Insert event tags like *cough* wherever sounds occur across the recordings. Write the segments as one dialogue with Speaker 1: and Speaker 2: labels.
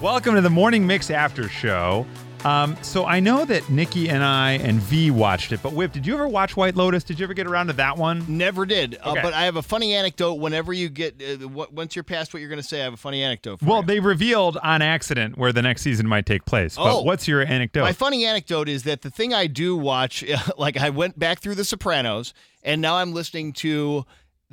Speaker 1: Welcome to the Morning Mix After Show. Um, so I know that Nikki and I and V watched it, but Whip, did you ever watch White Lotus? Did you ever get around to that one?
Speaker 2: Never did. Uh,
Speaker 1: Okay.
Speaker 2: but I have a funny anecdote. Whenever you get, uh, what, once you're past what you're going to say, I have a funny anecdote for
Speaker 1: Well,
Speaker 2: you.
Speaker 1: they revealed on accident where the next season might take place. But
Speaker 2: Oh.
Speaker 1: what's your anecdote?
Speaker 2: My funny anecdote is that the thing I do watch, *laughs* like I went back through The Sopranos, and now I'm listening to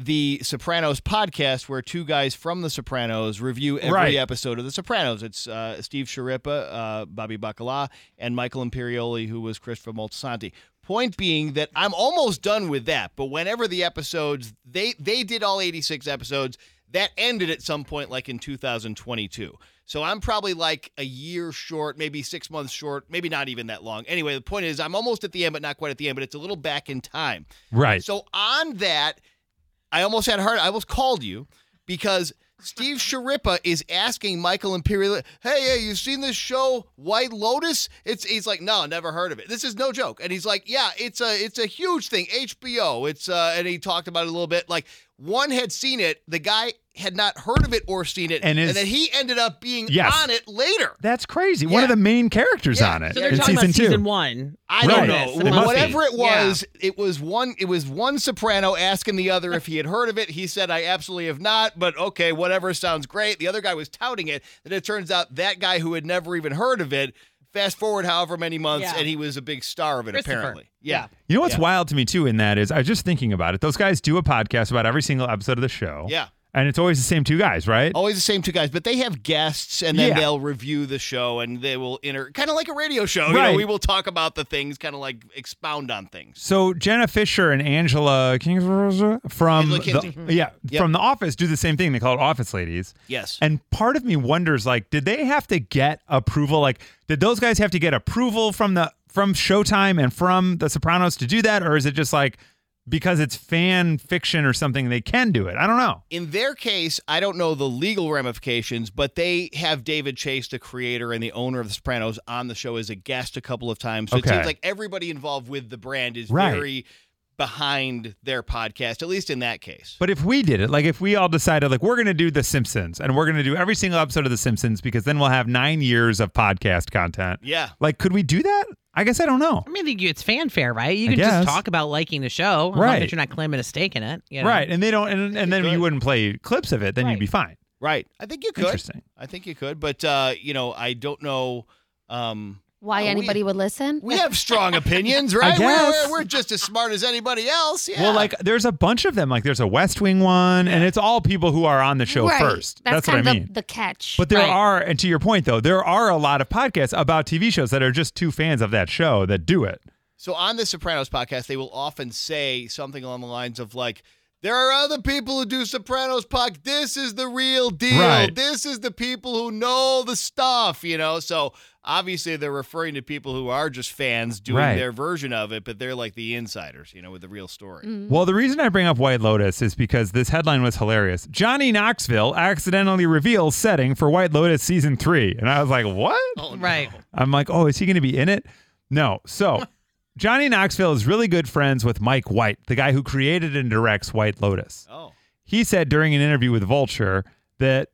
Speaker 2: the Sopranos podcast, where two guys from The Sopranos review every
Speaker 1: Right.
Speaker 2: episode of The Sopranos. It's uh, Steve Sharippa, uh, Bobby Bacala, and Michael Imperioli, who was Christopher Moltisanti. Point being that I'm almost done with that, but whenever the episodes they they did all 86 episodes, that ended at some point like in 2022. So I'm probably like a year short, maybe 6 months short, maybe not even that long. Anyway, the point is I'm almost at the end but not quite at the end, but it's a little back in time.
Speaker 1: right.
Speaker 2: So on that, I almost had a heart. I almost called you because Steve Sharippa is asking Michael Imperial, "Hey, yeah, you seen this show White Lotus?" It's he's like, "No, never heard of it. This is no joke." And he's like, "Yeah, it's a it's a huge thing. HBO. It's uh," and he talked about it a little bit. Like one had seen it, the guy had not heard of it or seen it,
Speaker 1: And is-
Speaker 2: then he ended up being
Speaker 1: Yes.
Speaker 2: on it later.
Speaker 1: That's crazy. One
Speaker 2: Yeah.
Speaker 1: of the main characters
Speaker 2: Yeah.
Speaker 1: on it
Speaker 3: So they're
Speaker 1: in
Speaker 3: talking
Speaker 1: season
Speaker 3: about
Speaker 1: two.
Speaker 3: season one.
Speaker 2: I don't
Speaker 1: Right.
Speaker 2: know.
Speaker 1: It must be.
Speaker 2: Whatever it was, it was one. It was one soprano asking the other if he had heard of it. He said, "I absolutely have not," but okay, whatever sounds great. The other guy was touting it. Then it turns out that guy who had never even heard of it. Fast forward however many months,
Speaker 3: Yeah.
Speaker 2: and he was a big star of it.
Speaker 3: Christopher.
Speaker 2: Apparently, yeah.
Speaker 1: You know what's
Speaker 2: Yeah.
Speaker 1: wild to me too in that is I was just thinking about it. Those guys do a podcast about every single episode of the show.
Speaker 2: Yeah.
Speaker 1: And it's always the same two guys, right?
Speaker 2: Always the same two guys, but they have guests, and then
Speaker 1: Yeah.
Speaker 2: they'll review the show, and they will inter kind of like a radio show. You know,
Speaker 1: Right.
Speaker 2: we will talk about the things, kind of like expound on things.
Speaker 1: So Jenna Fisher and Angela King from
Speaker 2: Angela
Speaker 1: the,
Speaker 2: Kinsey. Mm-hmm.
Speaker 1: yeah
Speaker 2: Yep.
Speaker 1: from the Office do the same thing. They call it Office Ladies.
Speaker 2: Yes.
Speaker 1: And part of me wonders, like, did they have to get approval? Like, did those guys have to get approval from the from Showtime and from The Sopranos to do that, or is it just like because it's fan fiction or something they can do it? I don't know.
Speaker 2: In their case, I don't know the legal ramifications, but they have David Chase, the creator and the owner of The Sopranos, on the show as a guest a couple of times. So it
Speaker 1: Okay.
Speaker 2: seems like everybody involved with the brand is
Speaker 1: Right.
Speaker 2: very behind their podcast, at least in that case.
Speaker 1: But if we did it, like if we all decided, like we're going to do The Simpsons and we're going to do every single episode of The Simpsons because then we'll have nine years of podcast content.
Speaker 2: yeah.
Speaker 1: Like, could we do that? I guess I don't know.
Speaker 3: I mean, you- it's fanfare, right? You
Speaker 1: I
Speaker 3: can just
Speaker 1: guess.
Speaker 3: talk about liking the show, as long
Speaker 1: Right.
Speaker 3: as you're not claiming a stake in it. you know?
Speaker 1: Right, and they don't, and, and then
Speaker 2: Good.
Speaker 1: you wouldn't play clips of it. Then
Speaker 3: Right.
Speaker 1: you'd be fine.
Speaker 2: Right. I think you could.
Speaker 1: Interesting.
Speaker 2: I think you could. But uh, you know, I don't know um
Speaker 4: Why
Speaker 2: Uh, we-
Speaker 4: anybody would listen?
Speaker 2: we have strong
Speaker 1: *laughs*
Speaker 2: opinions, right? We're-
Speaker 1: guess.
Speaker 2: We're, we're just as smart as anybody else. Yeah.
Speaker 1: Well, like there's a bunch of them. Like there's a West Wing one, and it's all people who are on the show
Speaker 4: Right.
Speaker 1: first. That's, what
Speaker 4: kind
Speaker 1: I
Speaker 4: of
Speaker 1: mean.
Speaker 4: The, the catch.
Speaker 1: but there
Speaker 3: Right.
Speaker 1: are, and to your point though, there are a lot of podcasts about TV shows that are just two fans of that show that do it.
Speaker 2: So on the Sopranos podcast, they will often say something along the lines of like, "There are other people who do Sopranos podcast. This is the real deal.
Speaker 1: Right.
Speaker 2: This is the people who know the stuff." You know, so obviously they're referring to people who are just fans doing
Speaker 1: Right.
Speaker 2: their version of it, but they're like the insiders, you know, with the real story.
Speaker 1: Well, the reason I bring up White Lotus is because this headline was hilarious. Johnny Knoxville accidentally reveals setting for White Lotus season three, and I was like, what?
Speaker 2: Oh, no.
Speaker 3: Right.
Speaker 1: I'm like, oh, is he going to be in it? No. So Johnny Knoxville is really good friends with Mike White, the guy who created and directs White Lotus.
Speaker 2: Oh,
Speaker 1: he said during an interview with Vulture that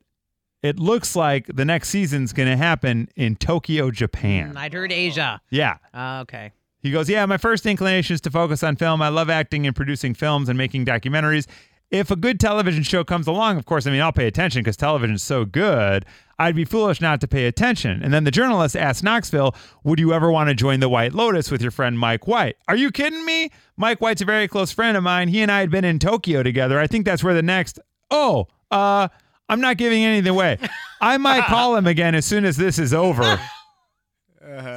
Speaker 1: it looks like the next season's going to happen in Tokyo, Japan.
Speaker 3: I'd heard Asia.
Speaker 1: yeah.
Speaker 3: Uh, okay.
Speaker 1: He goes, Yeah, my first inclination is to focus on film. I love acting and producing films and making documentaries. If a good television show comes along, of course, I mean, I'll pay attention because television's so good. I'd be foolish not to pay attention. And then the journalist asked Knoxville, Would you ever want to join the White Lotus with your friend Mike White? Are you kidding me? Mike White's a very close friend of mine. He and I had been in Tokyo together. I think that's where the next. Oh, uh, I'm not giving anything away. I might call him again as soon as this is over.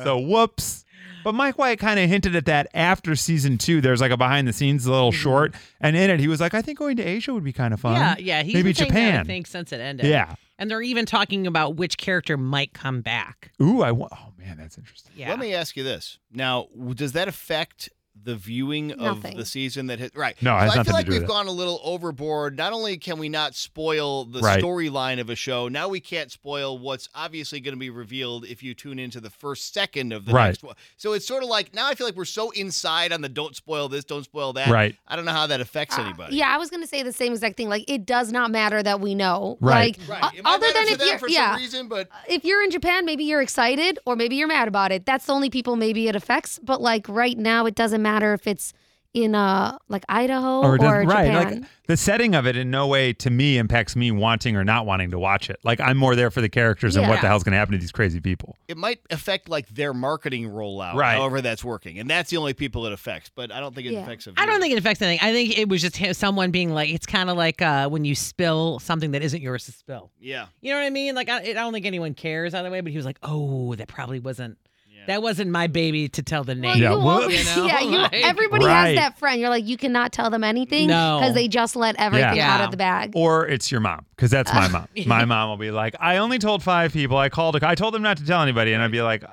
Speaker 1: So whoops. But Mike White kind of hinted at that after season two. There's like a behind the scenes little short, and in it he was like, "I think going to Asia would be kind of fun."
Speaker 3: Yeah, yeah. He's
Speaker 1: maybe
Speaker 3: been saying that, I
Speaker 1: Japan.
Speaker 3: think since it ended.
Speaker 1: yeah.
Speaker 3: And they're even talking about which character might come back.
Speaker 1: Ooh, I want. Oh man, that's interesting.
Speaker 3: Yeah.
Speaker 2: let me ask you this now: w- Does that affect the viewing of
Speaker 4: Nothing.
Speaker 2: the season that hit right.
Speaker 1: No, it has
Speaker 2: so I
Speaker 1: nothing
Speaker 2: feel
Speaker 1: to
Speaker 2: like
Speaker 1: do with
Speaker 2: we've
Speaker 1: it.
Speaker 2: gone a little overboard. Not only can we not spoil the
Speaker 1: Right.
Speaker 2: storyline of a show, now we can't spoil what's obviously going to be revealed if you tune into the first second of the
Speaker 1: Right.
Speaker 2: next one. So it's sort of like now I feel like we're so inside on the don't spoil this, don't spoil that.
Speaker 1: Right.
Speaker 2: I don't know how that affects
Speaker 4: Uh,
Speaker 2: anybody.
Speaker 4: yeah, I was gonna say the same exact thing. Like, it does not matter that we know.
Speaker 1: Right.
Speaker 4: Like,
Speaker 2: Right.
Speaker 4: o-
Speaker 2: It might
Speaker 4: other
Speaker 2: matter
Speaker 4: than
Speaker 2: to
Speaker 4: if
Speaker 2: them
Speaker 4: you're,
Speaker 2: for
Speaker 4: yeah,
Speaker 2: some reason, but
Speaker 4: if you're in Japan, maybe you're excited or maybe you're mad about it. That's the only people maybe it affects. But like right now, it doesn't matter if it's in uh like Idaho or,
Speaker 1: it doesn't- right?
Speaker 4: Japan.
Speaker 1: Like the setting of it in no way to me impacts me wanting or not wanting to watch it. Like I'm more there for the characters and what
Speaker 4: Yeah.
Speaker 1: the hell's going to happen to these crazy people.
Speaker 2: it might affect like their marketing rollout,
Speaker 1: Right.
Speaker 2: however that's working, and that's the only people it affects. But I don't think it
Speaker 4: Yeah.
Speaker 2: affects. a
Speaker 3: I don't
Speaker 2: viewer.
Speaker 3: think it affects anything. I think it was just him, someone being like, it's kind of like uh, when you spill something that isn't yours to spill.
Speaker 2: Yeah.
Speaker 3: You know what I mean? Like, I, I don't think anyone cares either way. But he was like, oh, that probably wasn't.
Speaker 2: Yeah.
Speaker 3: That wasn't my baby to tell the
Speaker 4: Well,
Speaker 3: name.
Speaker 4: you
Speaker 1: Yeah,
Speaker 4: always- *laughs*
Speaker 1: whoops.
Speaker 3: You know,
Speaker 4: yeah, you,
Speaker 3: like-
Speaker 4: everybody
Speaker 1: Right.
Speaker 4: has that friend. You're like, you cannot tell them anything
Speaker 3: No.
Speaker 4: because they just let everything
Speaker 3: Yeah.
Speaker 4: out of the bag.
Speaker 1: Or it's your mom because that's
Speaker 3: *laughs*
Speaker 1: my mom. My mom will be like, I only told five people. I called. I told them not to tell anybody, and I'd be like, uh,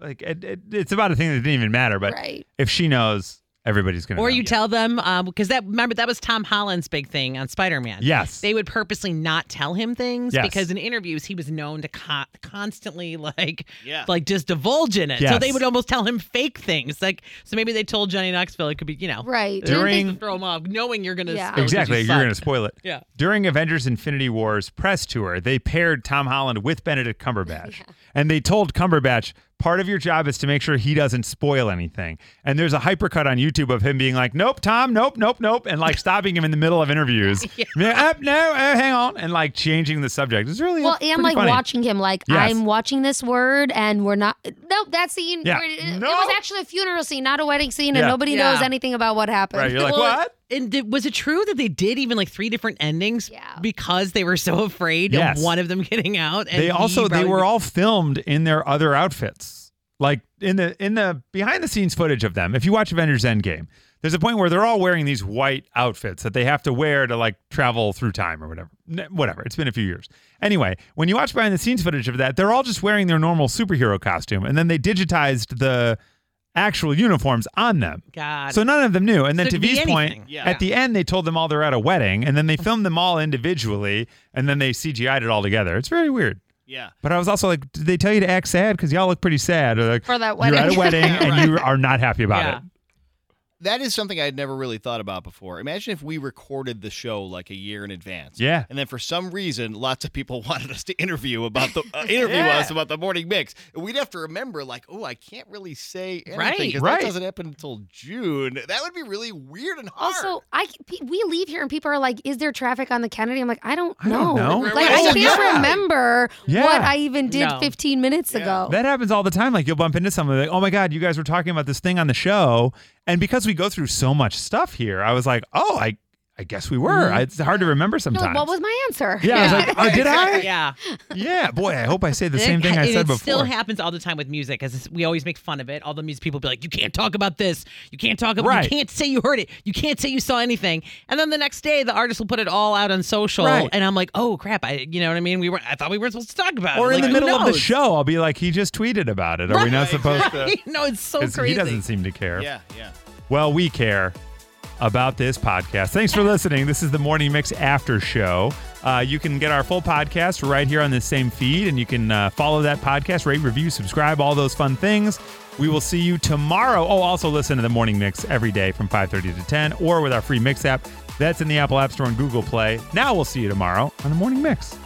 Speaker 1: like it, it, it's about a thing that didn't even matter. But
Speaker 4: right.
Speaker 1: if she knows, everybody's going to.
Speaker 3: Or you tell them because that remember that was Tom Holland's big thing on Spider Man.
Speaker 1: Yes.
Speaker 3: They would purposely not tell him things
Speaker 1: Yes.
Speaker 3: because in interviews he was known to con- constantly like
Speaker 2: Yeah.
Speaker 3: like just divulge in it. So
Speaker 1: Yes.
Speaker 3: they would almost tell him fake things. Like so maybe they told Johnny Knoxville it could be you know
Speaker 1: During-
Speaker 4: Right. Do you think-
Speaker 3: things to throw him off knowing you're gonna
Speaker 4: Yeah.
Speaker 3: spill 'cause you
Speaker 1: Exactly. You're going to
Speaker 3: suck.
Speaker 1: spoil it.
Speaker 3: Yeah.
Speaker 1: During Avengers Infinity War's press tour, they paired Tom Holland with Benedict
Speaker 4: *laughs*
Speaker 1: Cumberbatch. And they told Cumberbatch, part of your job is to make sure he doesn't spoil anything. And there's a hypercut on YouTube of him being like, nope, Tom, nope, nope, nope. And like stopping him in the middle of
Speaker 4: *laughs*
Speaker 1: interviews. yeah. Up, no, oh, hang on. And like changing the subject. It's *laughs* really
Speaker 4: well,
Speaker 1: it's
Speaker 4: and
Speaker 1: pretty
Speaker 4: like
Speaker 1: funny.
Speaker 4: watching him, like
Speaker 1: Yes.
Speaker 4: I'm watching this word, and we're not. No, that scene.
Speaker 1: Yeah.
Speaker 4: where it- it
Speaker 1: No.
Speaker 4: was actually a funeral scene, not a wedding scene,
Speaker 1: Yeah.
Speaker 4: and nobody
Speaker 3: Yeah.
Speaker 4: knows anything about what happened.
Speaker 1: Right. You're
Speaker 4: *laughs*
Speaker 1: like,
Speaker 3: Well,
Speaker 1: what?
Speaker 3: And did, was it true that they did even like three different endings
Speaker 4: Yeah.
Speaker 3: because they were so afraid
Speaker 1: Yes.
Speaker 3: of one of them getting out? And
Speaker 1: they
Speaker 3: he
Speaker 1: also they
Speaker 3: probably-
Speaker 1: were all filmed in their other outfits like in the in the behind the scenes footage of them if you watch avengers endgame there's a point where they're all wearing these white outfits that they have to wear to like travel through time or whatever N- whatever it's been a few years anyway when you watch behind the scenes footage of that they're all just wearing their normal superhero costume and then they digitized the actual uniforms on them
Speaker 3: God.
Speaker 1: so none of them knew. And then
Speaker 3: So it
Speaker 1: to
Speaker 3: could be
Speaker 1: V's point,
Speaker 3: anything. Yeah.
Speaker 1: at the end, they told them all they're at a wedding, and then
Speaker 3: *laughs*
Speaker 1: they filmed them all individually, and then they CGI'd it all together. It's very weird.
Speaker 2: Yeah.
Speaker 1: But I was also like, did they tell you to act sad? Because y'all look pretty sad. Or like,
Speaker 4: For that
Speaker 1: You're at a
Speaker 4: wedding.
Speaker 1: wedding
Speaker 3: *laughs*
Speaker 1: and you are not happy about
Speaker 3: Yeah.
Speaker 1: it.
Speaker 2: That is something I'd never really thought about before. Imagine if we recorded the show like a year in advance.
Speaker 1: Yeah.
Speaker 2: And then for some reason, lots of people *laughs* wanted us to interview about the uh, interview
Speaker 1: Yeah.
Speaker 2: us about the morning mix. And we'd have to remember, like, oh, I can't really say anything
Speaker 3: Right.
Speaker 2: 'cause
Speaker 1: Right.
Speaker 2: that doesn't happen until June. That would be really weird and hard.
Speaker 4: *laughs* Also, I pe- we leave here and people are like, "Is there traffic on the Kennedy?" I'm like, "I don't
Speaker 1: I don't
Speaker 4: know.
Speaker 1: know.
Speaker 4: Like,
Speaker 2: Right.
Speaker 4: I
Speaker 2: Oh,
Speaker 4: can't
Speaker 1: yeah.
Speaker 4: remember
Speaker 1: Yeah.
Speaker 4: what I even did
Speaker 3: No.
Speaker 4: 15 minutes
Speaker 2: Yeah.
Speaker 4: ago."
Speaker 1: That happens all the time. Like you'll bump into someone like, oh my God, you guys were talking about this thing on the show. And because we go through so much stuff here, I was like, oh, I I guess we were.
Speaker 3: Mm-hmm.
Speaker 1: I- It's hard to remember
Speaker 4: You're
Speaker 1: sometimes.
Speaker 4: like, what was my answer?
Speaker 1: yeah, I was
Speaker 3: *laughs*
Speaker 1: like, oh, did I?
Speaker 3: Yeah.
Speaker 1: Yeah, boy, I hope I say the
Speaker 3: It-
Speaker 1: same thing I
Speaker 3: it
Speaker 1: said before.
Speaker 3: still happens all the time with music, as we always make fun of it. All the music people be like, "You can't talk about this. You can't talk about.
Speaker 1: Right.
Speaker 3: You can't say you heard it. You can't say you saw anything." And then the next day, the artist will put it all out on social,
Speaker 1: Right.
Speaker 3: and I'm like, "Oh crap! I, you know what I mean? We were. I thought we weren't supposed to talk about
Speaker 1: or
Speaker 3: it.
Speaker 1: in
Speaker 3: Like,
Speaker 1: the
Speaker 3: who
Speaker 1: middle of the
Speaker 3: knows? *laughs*
Speaker 1: show, I'll be like, he just tweeted about it. Are we not
Speaker 2: Right,
Speaker 1: supposed to?
Speaker 3: Right? No, it's *laughs* so
Speaker 1: 'Cause
Speaker 3: crazy.
Speaker 1: he doesn't seem to care.
Speaker 2: yeah, yeah.
Speaker 1: Well, we care about this podcast. Thanks for listening. This is the Morning Mix After Show. Uh, you can get our full podcast right here on the same feed, and you can uh, follow that podcast, rate, review, subscribe, all those fun things. We will see you tomorrow. Oh, also listen to the Morning Mix every day from 5:30 to 10, or with our free Mix app. That's in the Apple App Store and Google Play. Now we'll see you tomorrow on the Morning Mix.